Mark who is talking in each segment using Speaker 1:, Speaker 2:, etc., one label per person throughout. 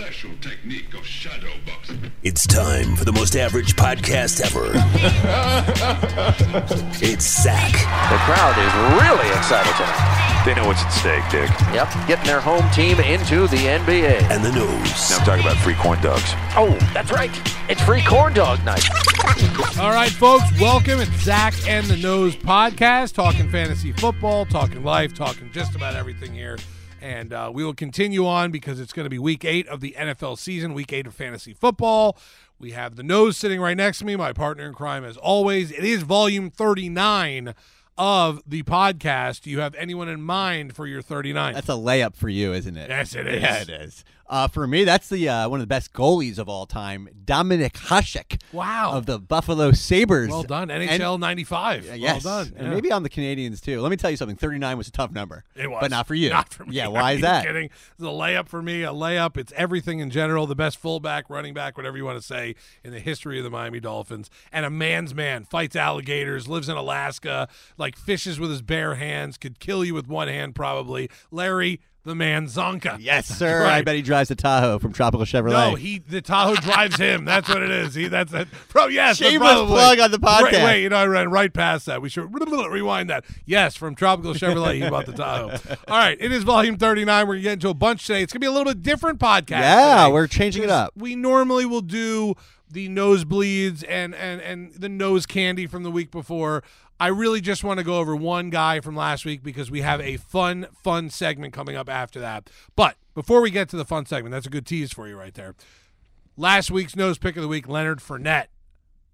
Speaker 1: Special technique of shadow boxing.
Speaker 2: It's time for the most average podcast ever. it's Sack
Speaker 3: The crowd is really excited tonight.
Speaker 4: They know what's at stake, Dick.
Speaker 3: Yep, getting their home team into the NBA.
Speaker 2: and the
Speaker 4: Now
Speaker 2: Nose.
Speaker 4: I'm talking about free corn dogs.
Speaker 3: Oh, that's right. It's free corn dog night.
Speaker 5: All right, folks, welcome. It's Zach and the Nose podcast, talking fantasy football, talking life, talking just about everything here. And uh, we will continue on because it's going to be week eight of the NFL season, week eight of fantasy football. We have the Nose sitting right next to me, my partner in crime, as always. It is volume 39 of the podcast. Do you have anyone in mind for your 39?
Speaker 6: That's a layup for you, isn't it?
Speaker 5: Yes, it is.
Speaker 6: Yeah, it is. Uh, for me, that's the uh, one of the best goalies of all time, Dominic Hasek.
Speaker 5: Wow.
Speaker 6: Of the Buffalo Sabers.
Speaker 5: well done.
Speaker 6: And-
Speaker 5: NHL 95.
Speaker 6: yes.
Speaker 5: Well done.
Speaker 6: And
Speaker 5: Yeah.
Speaker 6: maybe on the Canadians too. Let me tell you something. Thirty-nine was a tough number.
Speaker 5: It was.
Speaker 6: But not for you.
Speaker 5: Not for me.
Speaker 6: Yeah.
Speaker 5: Are
Speaker 6: Why is
Speaker 5: you
Speaker 6: that?
Speaker 5: Kidding. It's a layup for me. A layup. It's everything in general. The best fullback, running back, whatever you want to say in the history of the Miami Dolphins. And a man's man fights alligators, lives in Alaska, like fishes with his bare hands, could kill you with one hand probably. Larry the man Zonka.
Speaker 6: Yes, sir. I
Speaker 5: Right.
Speaker 6: bet he drives a Tahoe from Tropical Chevrolet.
Speaker 5: No, he the Tahoe drives him. That's what it is. He that's it. Pro yes, but
Speaker 6: Shameless
Speaker 5: probably.
Speaker 6: plug on the
Speaker 5: Right-
Speaker 6: podcast.
Speaker 5: wait, you know I ran right past that. We should rewind that. Yes, from Tropical Chevrolet, he bought the Tahoe. All right, it is volume thirty nine. We're gonna get into a bunch today. It's gonna be a little bit different podcast.
Speaker 6: Yeah,
Speaker 5: today.
Speaker 6: we're changing it up.
Speaker 5: We normally will do the nosebleeds and and and the nose candy from the week before. I really just want to go over one guy from last week because we have a fun fun segment coming up after that. But before we get to the fun segment, that's a good tease for you right there. Last week's nose pick of the week, Leonard Fournette.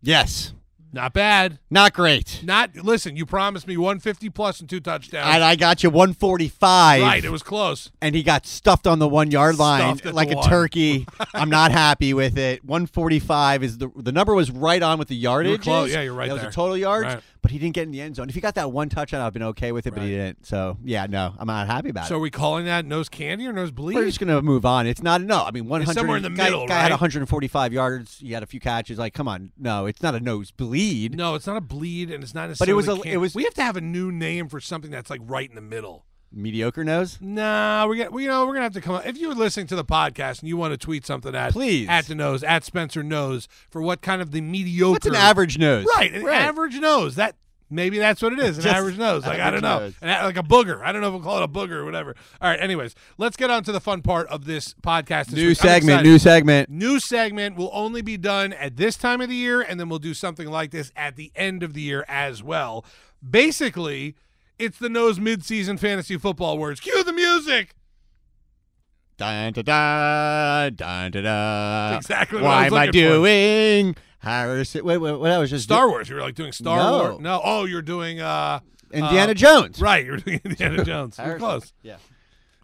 Speaker 6: Yes.
Speaker 5: Not bad.
Speaker 6: Not great.
Speaker 5: Not listen. You promised me 150 plus and two touchdowns.
Speaker 6: And I got you 145.
Speaker 5: right, it was close.
Speaker 6: and he got stuffed on the one yard line
Speaker 5: Stuffed at
Speaker 6: like
Speaker 5: the
Speaker 6: a
Speaker 5: one.
Speaker 6: turkey. I'm not happy with it. 145 is the the number was right on with the yardage.
Speaker 5: close. Yeah, you're right
Speaker 6: That
Speaker 5: there.
Speaker 6: was a total yards,
Speaker 5: Right.
Speaker 6: but he didn't get in the end zone. If he got that one touchdown, I've been okay with it, but he didn't. So yeah, no, I'm not happy about
Speaker 5: So
Speaker 6: it.
Speaker 5: are we calling that nose candy or nose bleed?
Speaker 6: We're just gonna move on. It's not no. I mean, 100.
Speaker 5: somewhere in the
Speaker 6: guy,
Speaker 5: middle,
Speaker 6: Guy had
Speaker 5: right?
Speaker 6: 145 yards. He had a few catches. Like, come on, no, it's not a nosebleed.
Speaker 5: No, it's not a bleed, and it's not
Speaker 6: But
Speaker 5: necessarily.
Speaker 6: it was a-
Speaker 5: can-
Speaker 6: it was-
Speaker 5: We have to have a new name for something that's like right in the middle.
Speaker 6: Mediocre nose.
Speaker 5: Nah, we got. We, you know, we're gonna have to come. up. If you're listening to the podcast and you want to tweet something at
Speaker 6: Please.
Speaker 5: at the nose at Spencer nose for what kind of the mediocre.
Speaker 6: What's an average nose?
Speaker 5: Right, an average nose. That maybe that's what it is. An
Speaker 6: Just
Speaker 5: average nose. Like I
Speaker 6: average
Speaker 5: don't know,
Speaker 6: nose.
Speaker 5: an, a- like a booger. I don't know if we'll call it a booger or whatever. All right. Anyways, let's get on to the fun part of this podcast. this
Speaker 6: New
Speaker 5: week. I'm
Speaker 6: segment.
Speaker 5: excited.
Speaker 6: New segment.
Speaker 5: New segment will only be done at this time of the year, and then we'll do something like this at the end of the year as well. Basically, it's the nose midseason fantasy football words. Cue the music.
Speaker 6: Dun, da, da, dun, da, da.
Speaker 5: That's exactly what I
Speaker 6: Why
Speaker 5: was
Speaker 6: am I
Speaker 5: looking for.
Speaker 6: doing Harrison? Wait, wait, what I was just
Speaker 5: Star Wars. You were like doing Star
Speaker 6: No.
Speaker 5: Wars. No. Oh, you're doing uh
Speaker 6: Indiana
Speaker 5: uh,
Speaker 6: Jones.
Speaker 5: Right, you're doing Indiana Jones. You're
Speaker 6: Harrison.
Speaker 5: close.
Speaker 6: Yeah.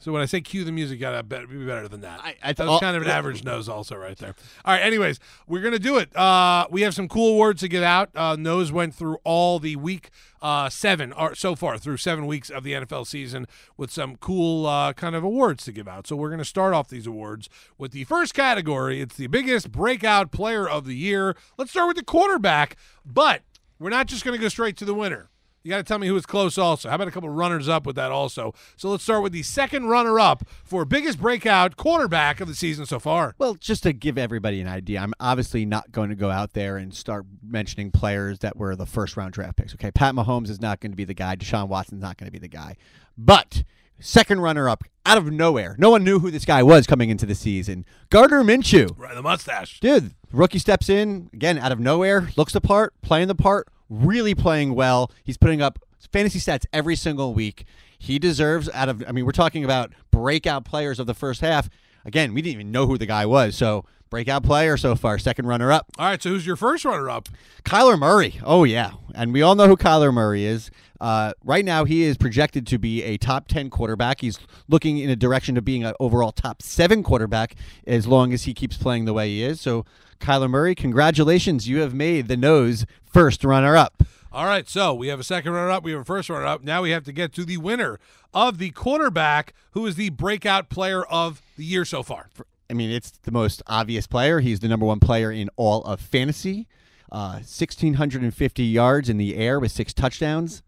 Speaker 5: So when I say cue the music, you gotta bet, be better than that.
Speaker 6: I- I
Speaker 5: that
Speaker 6: thought-
Speaker 5: was kind of an
Speaker 6: well-
Speaker 5: average nose, also right there. All right. Anyways, we're gonna do it. Uh, we have some cool awards to get out. Uh, nose went through all the week uh, seven or so far through seven weeks of the NFL season with some cool uh, kind of awards to give out. So we're gonna start off these awards with the first category. It's the biggest breakout player of the year. Let's start with the quarterback, but we're not just gonna go straight to the winner. You got to tell me who was close also. How about a couple runners up with that also? So let's start with the second runner up for biggest breakout quarterback of the season so far.
Speaker 6: Well, just to give everybody an idea, I'm obviously not going to go out there and start mentioning players that were the first round draft picks. Okay, Pat Mahomes is not going to be the guy. Deshaun Watson's not going to be the guy. But second runner up out of nowhere, no one knew who this guy was coming into the season. Gardner Minshew.
Speaker 5: Right, the mustache.
Speaker 6: Dude, rookie steps in again out of nowhere, looks the part, playing the part, really playing well. He's putting up fantasy stats every single week. He deserves out of I mean, we're talking about breakout players of the first half. again, we didn't even know who the guy was. So breakout player so far, second runner up.
Speaker 5: All right, so who's your first runner-up?
Speaker 6: Kyler Murray. Oh yeah, and we all know who Kyler Murray is. Uh, right now, he is projected to be a top ten quarterback. He's looking in a direction to being an overall top seven quarterback as long as he keeps playing the way he is. So, Kyler Murray, congratulations, you have made the nose first runner up.
Speaker 5: All right, so we have a second runner up, we have a first runner up. Now we have to get to the winner of the quarterback, who is the breakout player of the year so far.
Speaker 6: I mean, it's the most obvious player. He's the number one player in all of fantasy. Uh, 1,650 yards in the air with six touchdowns,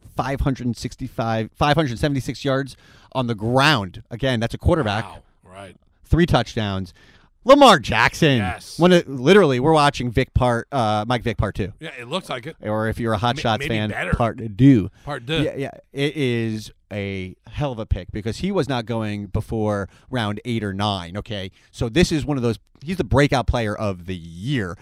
Speaker 6: 565, 576 yards on the ground. Again, that's a quarterback.
Speaker 5: Wow, right.
Speaker 6: Three touchdowns. Lamar Jackson.
Speaker 5: Yes.
Speaker 6: One of, literally, we're watching Vic Part, uh, Mike Vic Part 2.
Speaker 5: Yeah, it looks like it.
Speaker 6: Or if you're a Hot
Speaker 5: May-
Speaker 6: Shots
Speaker 5: maybe
Speaker 6: fan,
Speaker 5: better.
Speaker 6: Part 2.
Speaker 5: Part two.
Speaker 6: Yeah, yeah. It is a hell of a pick because he was not going before round eight or nine. Okay, so this is one of those. He's the breakout player of the year,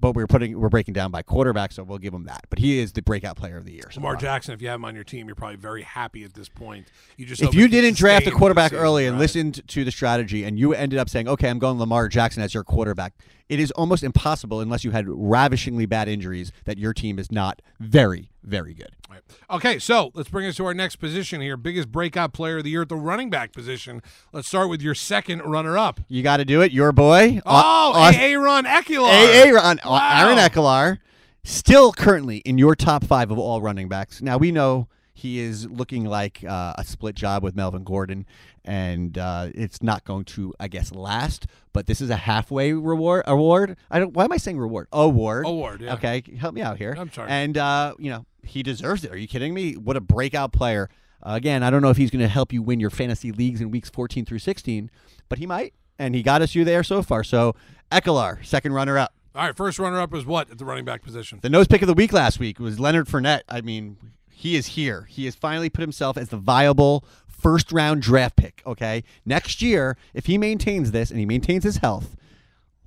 Speaker 6: but we're putting we're breaking down by quarterback, so we'll give him that. But he is the breakout player of the year. so
Speaker 5: Lamar
Speaker 6: far.
Speaker 5: Jackson, if you have him on your team, you're probably very happy at this point. You just
Speaker 6: If
Speaker 5: hope
Speaker 6: you
Speaker 5: it can
Speaker 6: didn't draft a
Speaker 5: sustain for the
Speaker 6: quarterback
Speaker 5: season,
Speaker 6: early and
Speaker 5: right?
Speaker 6: listened to the strategy, and you ended up saying, "Okay, I'm going Lamar Jackson as your quarterback," it is almost impossible unless you had ravishingly bad injuries that your team is not very, very good.
Speaker 5: Right. Okay, so let's bring us to our next position here. Biggest breakout player of the year at the running back position. Let's start with your second runner up.
Speaker 6: You got to do it. Your boy.
Speaker 5: Oh,
Speaker 6: Au- Aust-
Speaker 5: Aaron Aguilar.
Speaker 6: AA on uh, Aaron
Speaker 5: Wow.
Speaker 6: Eckelar, still currently in your top five of all running backs. Now we know he is looking like uh, a split job with Melvin Gordon, and uh, it's not going to, I guess, last. But this is a halfway reward. Award. I don't. Why am I saying reward? Award.
Speaker 5: Award, yeah.
Speaker 6: Okay, help me out here.
Speaker 5: I'm sorry.
Speaker 6: And uh, you know he deserves it. Are you kidding me? What a breakout player! again, I don't know if he's going to help you win your fantasy leagues in weeks 14 through 16, but he might, and he got us you there so far. So Eckelar, second runner up.
Speaker 5: All right, first runner up is what at the running back position?
Speaker 6: The nose pick of the week last week was Leonard Fournette. I mean, he is here. He has finally put himself as the viable first round draft pick. Okay. Next year, if he maintains this and he maintains his health,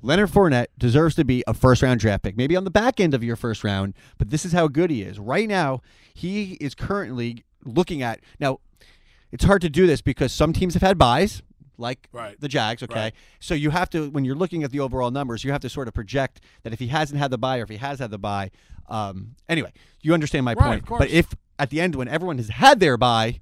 Speaker 6: Leonard Fournette deserves to be a first round draft pick, maybe on the back end of your first round, but this is how good he is. Right now, he is currently looking at. Now, it's hard to do this because some teams have had buys, like
Speaker 5: Right.
Speaker 6: the Jags, okay?
Speaker 5: Right.
Speaker 6: So you have to, when you're looking at the overall numbers, you have to sort of project that if he hasn't had the buy or if he has had the buy. Um, anyway, you understand my
Speaker 5: Right,
Speaker 6: point.
Speaker 5: of course.
Speaker 6: But if at the end, when everyone has had their buy,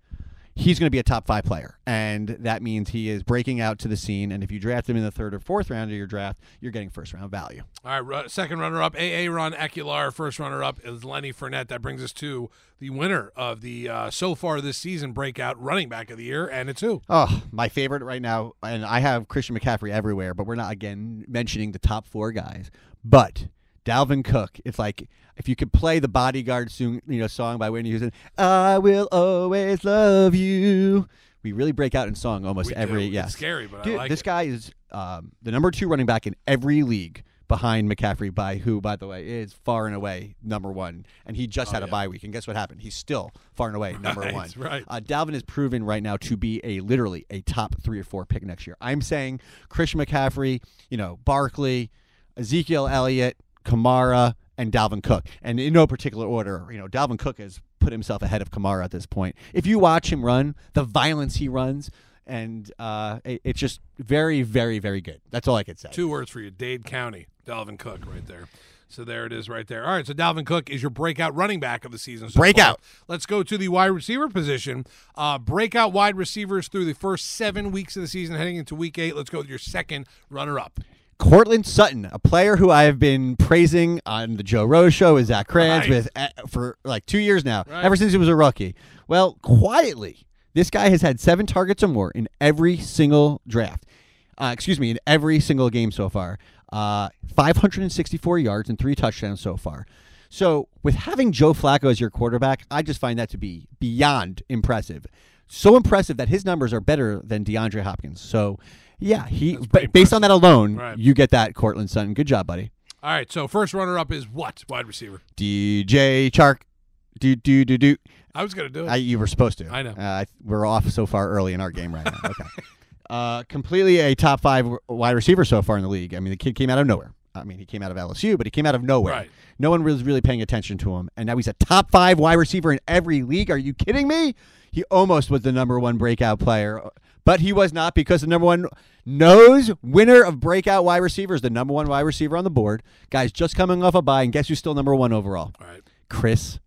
Speaker 6: he's going to be a top five player. And that means he is breaking out to the scene. And if you draft him in the third or fourth round of your draft, you're getting first round value.
Speaker 5: All right, ru- second runner up, A.A. Ron Aguilar. First runner up is Lenny Fournette. That brings us to the winner of the uh, so far this season breakout running back of the year, and it's who?
Speaker 6: Oh, my favorite right now, and I have Christian McCaffrey everywhere, but we're not again mentioning the top four guys. But Dalvin Cook, it's like if you could play the bodyguard soon, you know, song by Whitney Houston, I will always love you. We really break out in song almost
Speaker 5: We do.
Speaker 6: every
Speaker 5: It's
Speaker 6: yes.
Speaker 5: scary, but I
Speaker 6: Dude,
Speaker 5: like
Speaker 6: this
Speaker 5: it.
Speaker 6: guy is um, the number two running back in every league behind McCaffrey by who, by the way, is far and away number one. And he just had a bye week. And guess what happened? He's still far and away number
Speaker 5: Oh, Right,
Speaker 6: one.
Speaker 5: right.
Speaker 6: Uh, Dalvin is proven right now to be a literally a top three or four pick next year. I'm saying Christian McCaffrey, you know, Barkley, Ezekiel Elliott, Kamara, and Dalvin Cook. And in no particular order, you know, Dalvin Cook has put himself ahead of Kamara at this point. If you watch him run, the violence he runs, and uh, it- it's just very, very, very good. That's all I could say.
Speaker 5: Two words for you Dade County, Dalvin Cook, right there. So there it is right there. All right, so Dalvin Cook is your breakout running back of the season. So
Speaker 6: Breakout.
Speaker 5: far. Let's go to the wide receiver position. Uh, breakout wide receivers through the first seven weeks of the season, heading into week eight. Let's go with your second runner up.
Speaker 6: Cortland Sutton, a player who I have been praising on the Joe Rose show with Zach Kranz
Speaker 5: Right.
Speaker 6: with eh, for like two years now, ever since he was a rookie. Well, quietly, this guy has had seven targets or more in every single draft. Uh, excuse me, in every single game so far. Uh, 564 yards and three touchdowns so far. So, with having Joe Flacco as your quarterback, I just find that to be beyond impressive. So impressive that his numbers are better than DeAndre Hopkins. So, yeah, he but based on that alone,
Speaker 5: Right.
Speaker 6: you get that Cortland Sutton. Good job, buddy.
Speaker 5: All right, so first runner up is what wide receiver?
Speaker 6: DJ Chark, do do do do.
Speaker 5: I was going to do it.
Speaker 6: I, you were supposed to.
Speaker 5: I know.
Speaker 6: Uh, I- we're off so far early in our game right now. Okay. uh, completely a top five wide receiver so far in the league. I mean, the kid came out of nowhere. I mean, he came out of LSU, but he came out of nowhere.
Speaker 5: Right.
Speaker 6: No one was really paying attention to him, and now he's a top five wide receiver in every league. Are you kidding me? He almost was the number one breakout player, but he was not because the number one nose winner of breakout wide receivers, the number one wide receiver on the board. Guys, just coming off a bye, and guess who's still number one overall?
Speaker 5: All right.
Speaker 6: Chris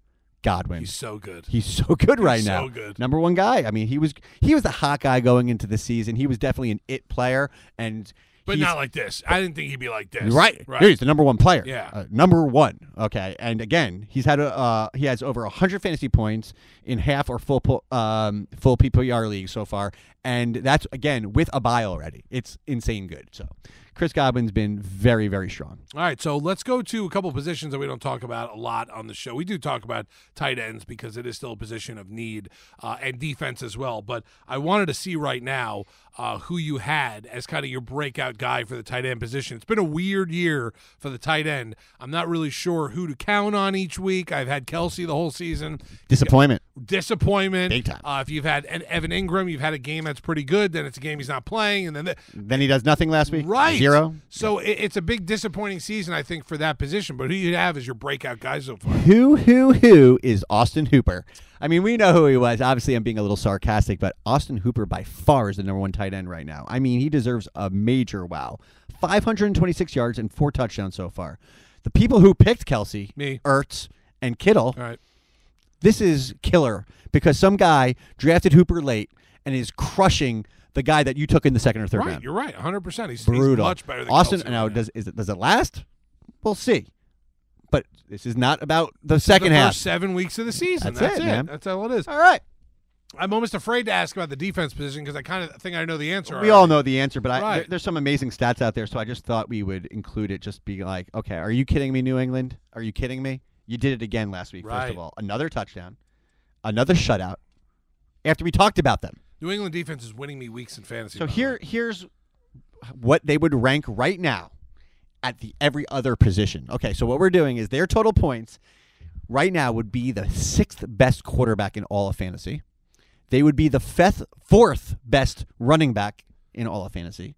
Speaker 6: Godwin.
Speaker 5: He's so good.
Speaker 6: He's so good right
Speaker 5: so
Speaker 6: now.
Speaker 5: good.
Speaker 6: Number one guy. I mean, he was he was the hot guy going into the season. He was definitely an it player, and
Speaker 5: But
Speaker 6: he's-
Speaker 5: not like this. I didn't think he'd be like this.
Speaker 6: Right,
Speaker 5: Right.
Speaker 6: Dude, he's the number one player.
Speaker 5: Yeah.
Speaker 6: Uh, number one. Okay, and again, he's had a uh, he has over hundred fantasy points in half or full po- um, full PPR league so far, and that's again with a buy already. It's insane good. So, Chris Godwin's been very very strong.
Speaker 5: All right, so let's go to a couple positions that we don't talk about a lot on the show. We do talk about tight ends because it is still a position of need uh, and defense as well. But I wanted to see right now uh, who you had as kind of your breakout guy for the tight end position. It's been a weird year for the tight end. I'm not really sure who to count on each week. I've had Kelsey the whole season
Speaker 6: Disappointment.
Speaker 5: disappointment.
Speaker 6: Big time.
Speaker 5: Uh, if you've had an Evan Ingram, you've had a game that's pretty good. Then it's a game he's not playing, and then the,
Speaker 6: Then he does nothing last week.
Speaker 5: right
Speaker 6: Zero.
Speaker 5: So it, it's a big disappointing season, I think, for that position. But who you have as your breakout guy so far?
Speaker 6: Who, who, who is Austin Hooper? I mean, we know who he was. Obviously, I'm being a little sarcastic, but Austin Hooper by far is the number one tight end right now. I mean, he deserves a major wow. 526 yards and four touchdowns so far. The people who picked Kelsey,
Speaker 5: Me.
Speaker 6: Ertz, and Kittle,
Speaker 5: All right,
Speaker 6: this is killer because some guy drafted Hooper late and is crushing the guy that you took in the second or third
Speaker 5: right,
Speaker 6: round.
Speaker 5: you're right, 100. percent he's, he's
Speaker 6: Brutal.
Speaker 5: much better than
Speaker 6: Austin.
Speaker 5: Kelsey
Speaker 6: now,
Speaker 5: right
Speaker 6: does is it, does it last? We'll see. But this is not about the second
Speaker 5: the
Speaker 6: half.
Speaker 5: first seven weeks of the season.
Speaker 6: That's
Speaker 5: That's,
Speaker 6: it,
Speaker 5: it.
Speaker 6: man.
Speaker 5: That's all it is.
Speaker 6: All right.
Speaker 5: I'm almost afraid to ask about the defense position because I kind of think I know the answer.
Speaker 6: We all know the answer, but I,
Speaker 5: Right.
Speaker 6: there- there's some amazing stats out there, so I just thought we would include it. Just be like, okay, are you kidding me, New England? Are you kidding me? You did it again last week. First
Speaker 5: Right.
Speaker 6: of all, another touchdown, another shutout. After we talked about them,
Speaker 5: New England defense is winning me weeks in fantasy.
Speaker 6: so
Speaker 5: by the
Speaker 6: here
Speaker 5: way.
Speaker 6: here's what they would rank right now at the every other position. Okay, so what we're doing is their total points right now would be the sixth best quarterback in all of fantasy. They would be the fifth, fourth best running back in all of fantasy.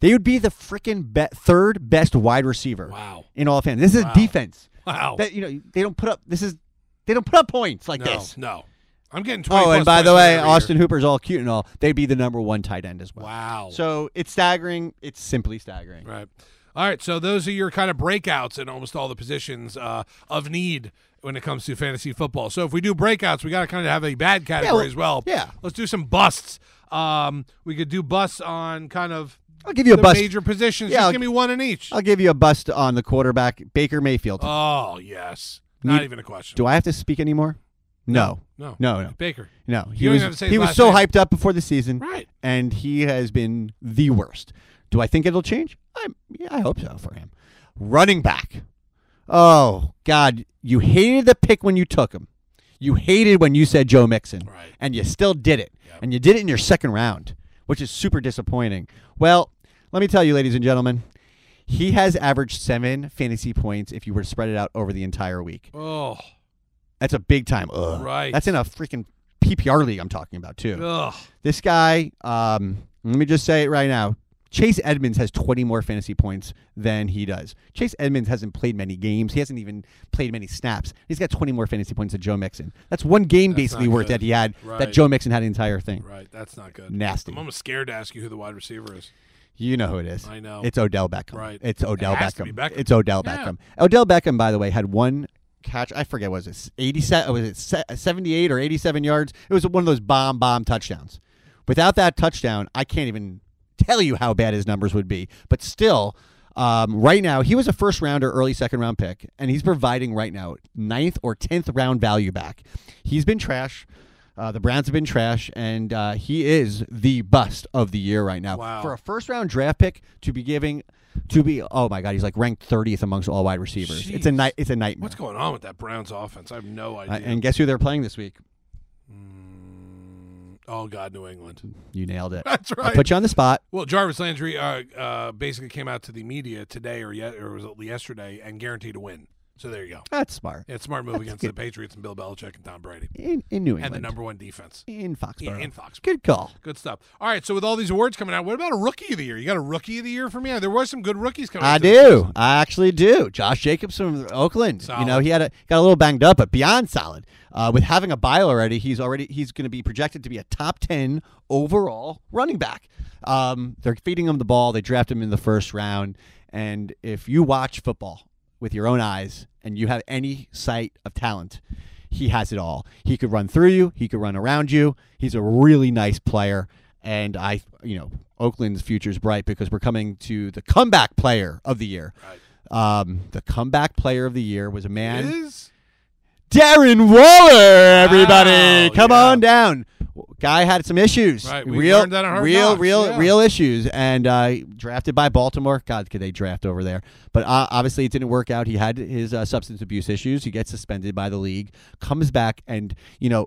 Speaker 6: They would be the freaking be- third best wide receiver.
Speaker 5: Wow.
Speaker 6: In all of fantasy, this is
Speaker 5: Wow.
Speaker 6: defense.
Speaker 5: wow,
Speaker 6: That you know they don't put up. This is they don't put up points like
Speaker 5: no,
Speaker 6: this.
Speaker 5: no, I'm getting 20.
Speaker 6: Oh,
Speaker 5: plus
Speaker 6: and by the
Speaker 5: touchdowns
Speaker 6: way,
Speaker 5: every year.
Speaker 6: Austin Hooper's all cute and all. They'd be the number one tight end as well.
Speaker 5: Wow.
Speaker 6: So it's staggering. It's simply staggering.
Speaker 5: Right. All right. So those are your kind of breakouts in almost all the positions uh, of need when it comes to fantasy football. So if we do breakouts, we got to kind of have a bad category
Speaker 6: well,
Speaker 5: as well.
Speaker 6: yeah.
Speaker 5: Let's do some busts. Um, we could do busts on kind of
Speaker 6: I'll give you a
Speaker 5: the
Speaker 6: bust.
Speaker 5: major positions.
Speaker 6: Yeah,
Speaker 5: Just
Speaker 6: I'll-
Speaker 5: give me one in each.
Speaker 6: I'll give you a bust on the quarterback, Baker Mayfield.
Speaker 5: oh yes. Not
Speaker 6: Need-
Speaker 5: even a question.
Speaker 6: Do I have to speak anymore? No.
Speaker 5: no.
Speaker 6: No, no.
Speaker 5: Baker.
Speaker 6: No. He
Speaker 5: You don't
Speaker 6: was
Speaker 5: even have to say his
Speaker 6: he was
Speaker 5: last
Speaker 6: so
Speaker 5: name.
Speaker 6: hyped up before the season.
Speaker 5: Right.
Speaker 6: And he has been the worst. Do I think it'll change? I yeah, I hope so for him. Running back. Oh God, you hated the pick when you took him. You hated when you said Joe Mixon,
Speaker 5: Right.
Speaker 6: and you still did it, and you did it in your second round, which is super disappointing. Well, let me tell you, ladies and gentlemen, he has averaged seven fantasy points if you were to spread it out over the entire week.
Speaker 5: Oh.
Speaker 6: That's a big time. Ugh.
Speaker 5: Right.
Speaker 6: That's in a freaking PPR league. I'm talking about too.
Speaker 5: Ugh.
Speaker 6: This guy, um, let me just say it right now. Chase Edmonds has 20 more fantasy points than he does. Chase Edmonds hasn't played many games. He hasn't even played many snaps. He's got 20 more fantasy points than Joe Mixon. That's one game basically
Speaker 5: not
Speaker 6: worth
Speaker 5: good.
Speaker 6: that he had that
Speaker 5: Right.
Speaker 6: Joe Mixon had the entire thing.
Speaker 5: Right. That's not good.
Speaker 6: Nasty.
Speaker 5: I'm almost scared to ask you who the wide receiver is.
Speaker 6: You know who it is.
Speaker 5: I know.
Speaker 6: It's Odell Beckham.
Speaker 5: Right.
Speaker 6: It's Odell
Speaker 5: It has to
Speaker 6: Beckham.
Speaker 5: be Beckham.
Speaker 6: It's Odell
Speaker 5: Yeah.
Speaker 6: Beckham. Odell Beckham, by the way, had one catch. I forget was it 87 was it se- 78 or 87 yards. It was one of those bomb bomb touchdowns. Without that touchdown, I can't even tell you how bad his numbers would be. But still, um, right now he was a first rounder, early second round pick, and he's providing right now ninth or tenth round value back. He's been trash. Uh, the Browns have been trash, and uh, he is the bust of the year right now.
Speaker 5: Wow.
Speaker 6: For a first round draft pick to be giving to be oh my god he's like ranked 30th amongst all wide receivers it's a
Speaker 5: Jeez.
Speaker 6: night it's a nightmare
Speaker 5: What's going on with that Browns offense? I have no
Speaker 6: Uh,
Speaker 5: idea.
Speaker 6: and guess who they're playing this week
Speaker 5: oh God, New England.
Speaker 6: you nailed it
Speaker 5: That's
Speaker 6: i
Speaker 5: right.
Speaker 6: put you on the spot
Speaker 5: Well, Jarvis Landry uh, uh, basically came out to the media today or yet or was it yesterday and guaranteed a win. So there you go.
Speaker 6: That's smart.
Speaker 5: Yeah, smart move against the
Speaker 6: good.
Speaker 5: Patriots and Bill Belichick and Tom Brady
Speaker 6: In, in New
Speaker 5: and
Speaker 6: England.
Speaker 5: the number one defense
Speaker 6: in Foxborough.
Speaker 5: Yeah, in Foxborough.
Speaker 6: Good call.
Speaker 5: Good stuff. All right, so with all these awards coming out, what about a rookie of the year? You got a rookie of the year for me? There was some good rookies coming.
Speaker 6: I
Speaker 5: out this
Speaker 6: do.
Speaker 5: season.
Speaker 6: I actually do. Josh Jacobs from Oakland. You know,
Speaker 5: Solid.
Speaker 6: he had a got a little banged up, but beyond solid. Uh, with having a bye already, he's already he's going to be projected to be a top ten overall running back. Um, they're feeding him the ball. They draft him in the first round, and if you watch football with your own eyes and you have any sight of talent, he has it all. He could run through you. He could run around you. He's a really nice player. And I, you know, Oakland's future is bright because we're coming to the comeback player of the year. Um, the comeback player of the year was a man,
Speaker 5: Is
Speaker 6: Darren Waller. Everybody,
Speaker 5: Wow,
Speaker 6: come
Speaker 5: yeah.
Speaker 6: on down. Guy had some issues,
Speaker 5: Right, we
Speaker 6: real,
Speaker 5: learned that on Hard
Speaker 6: real,
Speaker 5: Knocks,
Speaker 6: real,
Speaker 5: yeah.
Speaker 6: real issues, and uh, drafted by Baltimore. God, could they draft over there? But uh, obviously, it didn't work out. He had his uh, substance abuse issues. He gets suspended by the league. Comes back, and you know,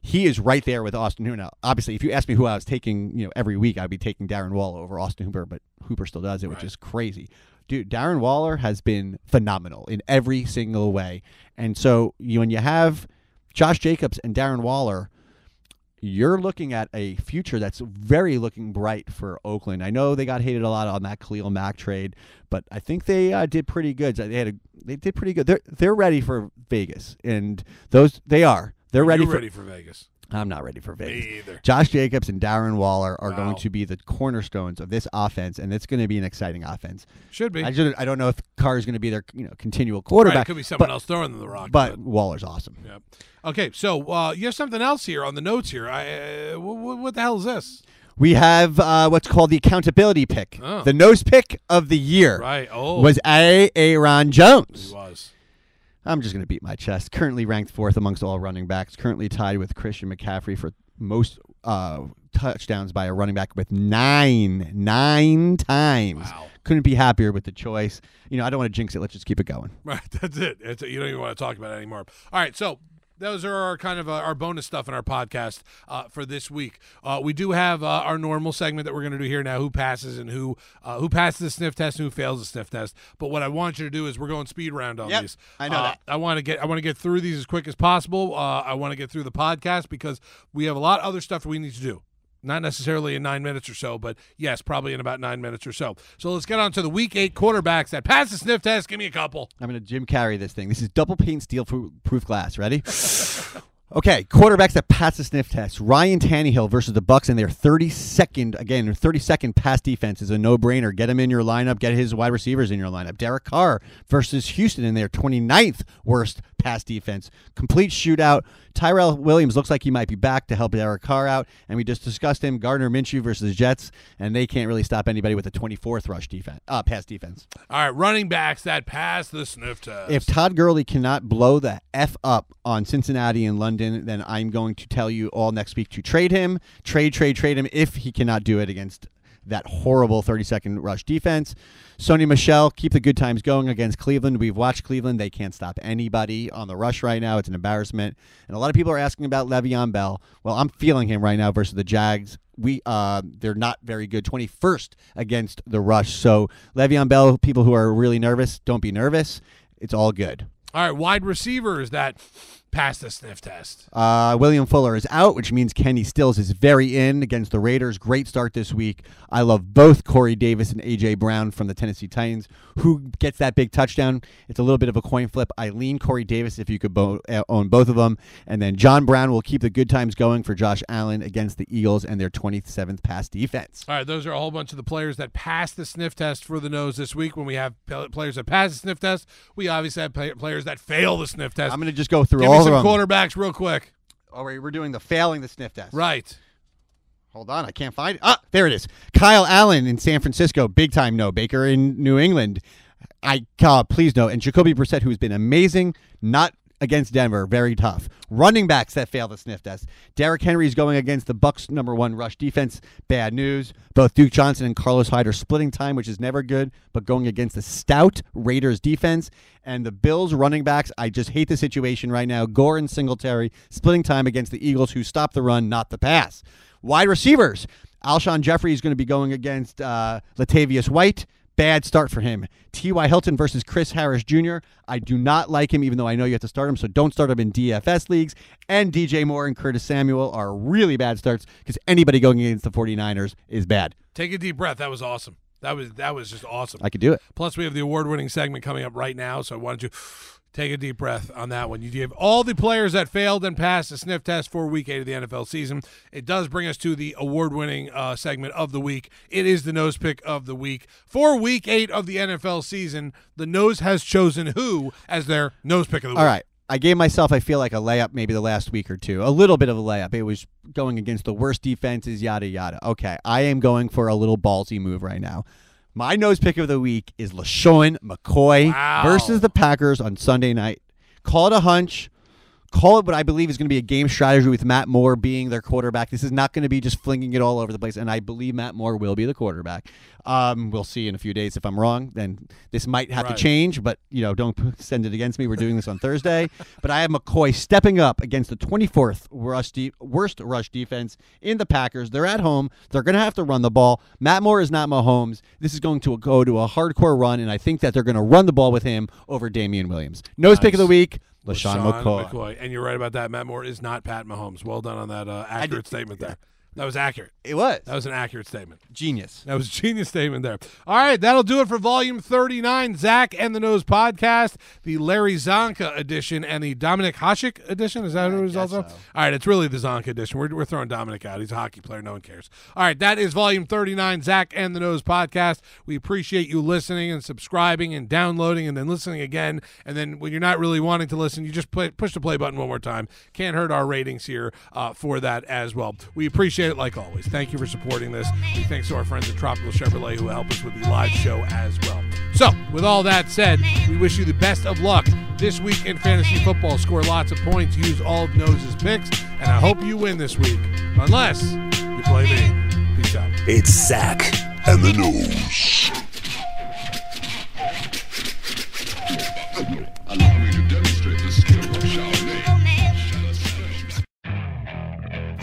Speaker 6: he is right there with Austin Hooper. Now, obviously, if you asked me who I was taking, you know, every week I'd be taking Darren Waller over Austin Hooper, but Hooper still does it, which is crazy. Dude, Darren Waller has been phenomenal in every single way. And so you, when you have Josh Jacobs and Darren Waller, you're looking at a future that's very looking bright for Oakland. I know they got hated a lot on that Khalil Mack trade, but I think they uh, did pretty good. They had a, they did pretty good. They're they're ready for Vegas, and those they are. They're ready
Speaker 5: you
Speaker 6: for
Speaker 5: ready for Vegas?
Speaker 6: I'm not ready for Vegas.
Speaker 5: either.
Speaker 6: Josh Jacobs and Darren Waller are going
Speaker 5: Wow.
Speaker 6: to be the cornerstones of this offense, and it's going to be an exciting offense.
Speaker 5: Should be.
Speaker 6: I, just, I don't know if Carr is going to be their you know continual quarterback,
Speaker 5: Right, it could be someone
Speaker 6: but,
Speaker 5: else throwing them the rock.
Speaker 6: but Waller's awesome.
Speaker 5: yeah. Okay, so uh, you have something else here on the notes here. I, uh, wh- wh- what the hell is this?
Speaker 6: We have uh, what's called the accountability pick,
Speaker 5: Oh.
Speaker 6: the nose pick of the year.
Speaker 5: Right. Oh,
Speaker 6: Was A. Aaron Jones.
Speaker 5: it was.
Speaker 6: I'm just going to beat my chest. Currently ranked fourth amongst all running backs. Currently tied with Christian McCaffrey for most uh, touchdowns by a running back with nine, nine times.
Speaker 5: Wow.
Speaker 6: Couldn't be happier with the choice. You know, I don't want to jinx it. Let's just keep it going.
Speaker 5: Right, that's it. That's it. You don't even want to talk about it anymore. All right, so those are our kind of uh, our bonus stuff in our podcast uh, for this week. Uh, we do have uh, our normal segment that we're going to do here now: who passes and who uh, who passes the sniff test and who fails the sniff test. But what I want you to do is we're going speed round on
Speaker 6: Yep,
Speaker 5: these.
Speaker 6: I know
Speaker 5: Uh,
Speaker 6: that.
Speaker 5: I want to get I want to get through these as quick as possible. Uh, I want to get through the podcast because we have a lot of other stuff we need to do. Not necessarily in nine minutes or so, but yes, probably in about nine minutes or so. So let's get on to the week eight quarterbacks that pass the sniff test. Give me a couple.
Speaker 6: I'm going to Jim carry this thing. This is double pane steel proof, proof glass. Ready? okay, quarterbacks that pass the sniff test. Ryan Tannehill versus the Bucks and their 32nd again, their 32nd pass defense is a no-brainer. Get him in your lineup. Get his wide receivers in your lineup. Derek Carr versus Houston in their 29th worst pass defense. Complete shootout. Tyrell Williams looks like he might be back to help Derek Carr out, and we just discussed him. Gardner Minshew versus the Jets, and they can't really stop anybody with a 24th rush defense, uh, pass defense.
Speaker 5: All right, running backs that pass the sniff test.
Speaker 6: If Todd Gurley cannot blow the F up on Cincinnati and London, then I'm going to tell you all next week to trade him, trade, trade, trade him if he cannot do it against that horrible 30 second rush defense. Sony Michelle, keep the good times going against Cleveland. We've watched Cleveland. They can't stop anybody on the rush right now. It's an embarrassment. And a lot of people are asking about Le'Veon Bell. Well, I'm feeling him right now versus the Jags we uh, they're not very good. Twenty first against the rush. So Le'Veon Bell, people who are really nervous, don't be nervous. It's all good.
Speaker 5: All right, wide receivers that pass the sniff test.
Speaker 6: Uh, William Fuller is out, which means Kenny Stills is very in against the Raiders. Great start this week. I love both Corey Davis and AJ Brown from the Tennessee Titans. Who gets that big touchdown? It's a little bit of a coin flip. I lean Corey Davis if you could bo- uh, own both of them, and then John Brown will keep the good times going for Josh Allen against the Eagles and their twenty seventh pass defense.
Speaker 5: All right, those are a whole bunch of the players that passed the sniff test for the nose this week. When we have pel- players that pass the sniff test, we obviously have pla- players that fail the sniff test.
Speaker 6: I'm going to just go through
Speaker 5: Give
Speaker 6: all
Speaker 5: me
Speaker 6: of
Speaker 5: some
Speaker 6: them.
Speaker 5: quarterbacks real quick.
Speaker 6: All right, we're doing the failing the sniff test.
Speaker 5: Right.
Speaker 6: Hold on, I can't find it. Ah, there it is. Kyle Allen in San Francisco, big time no. Baker in New England, I uh, please no. And Jacoby Brissett, who's been amazing, not against Denver, very tough. Running backs that fail the sniff test. Derrick Henry's going against the Bucks' number one rush defense. Bad news. Both Duke Johnson and Carlos Hyde are splitting time, which is never good. But going against the stout Raiders defense and the Bills running backs, I just hate the situation right now. Gore and Singletary splitting time against the Eagles, who stop the run, not the pass. Wide receivers. Alshon Jeffrey is going to be going against uh, Latavius White. bad start for him. T.Y. Hilton versus Chris Harris Jr. I do not like him, even though I know you have to start him, so don't start him in DFS leagues. And DJ Moore and Curtis Samuel are really bad starts because anybody going against the 49ers is bad.
Speaker 5: Take a deep breath. That was awesome. That was that was just awesome.
Speaker 6: I could do it.
Speaker 5: Plus, we have the award-winning segment coming up right now, so I wanted to take a deep breath on that one. You give all the players that failed and passed the sniff test for Week Eight of the NFL season. It does bring us to the award-winning uh, segment of the week. It is the nose pick of the week for Week Eight of the NFL season. The nose has chosen who as their nose pick of the week.
Speaker 6: All right. I gave myself, I feel like, a layup maybe the last week or two. A little bit of a layup. It was going against the worst defenses, yada, yada. Okay. I am going for a little ballsy move right now. My nose pick of the week is LaShawn McCoy
Speaker 5: Wow.
Speaker 6: versus the Packers on Sunday night. Call it a hunch. Call it what I believe is going to be a game strategy with Matt Moore being their quarterback. This is not going to be just flinging it all over the place, and I believe Matt Moore will be the quarterback. Um, we'll see in a few days if I'm wrong. Then this might have
Speaker 5: Right.
Speaker 6: to change, but you know, don't send it against me. We're doing this on Thursday. but I have McCoy stepping up against the 24th rush de- worst rush defense in the Packers. They're at home. They're going to have to run the ball. Matt Moore is not Mahomes. This is going to go to a hardcore run, and I think that they're going to run the ball with him over Damian Williams. Nose pick of the week, LaShawn,
Speaker 5: LaShawn
Speaker 6: McCoy.
Speaker 5: And you're right about that. Matt Moore is not Pat Mahomes. Well done on that uh, accurate statement there. That was accurate.
Speaker 6: It was
Speaker 5: That was an accurate statement.
Speaker 6: genius.
Speaker 5: That was a genius statement there. All right, that'll do it for Volume 39, Zach and the Nose Podcast, the Larry Zonka edition and the Dominic Hasek edition. Is that who it was also? All right, it's really the Zonka edition. We're, we're throwing Dominic out. He's a hockey player. No one cares. All right, that is Volume 39, Zach and the Nose Podcast. We appreciate you listening and subscribing and downloading and then listening again. And then when you're not really wanting to listen, you just play, push the play button one more time. Can't hurt our ratings here uh, for that as well. We appreciate it like always. Thank you for supporting this. Big thanks to our friends at Tropical Chevrolet who help us with the live show as well. So, with all that said, we wish you the best of luck this week in fantasy football. Score lots of points, use all of Nose's picks, and I hope you win this week. Unless you play me. Peace out.
Speaker 2: It's Sack and the Nose.
Speaker 1: Allow me to demonstrate the skill of Shaolin. Shadow Smash.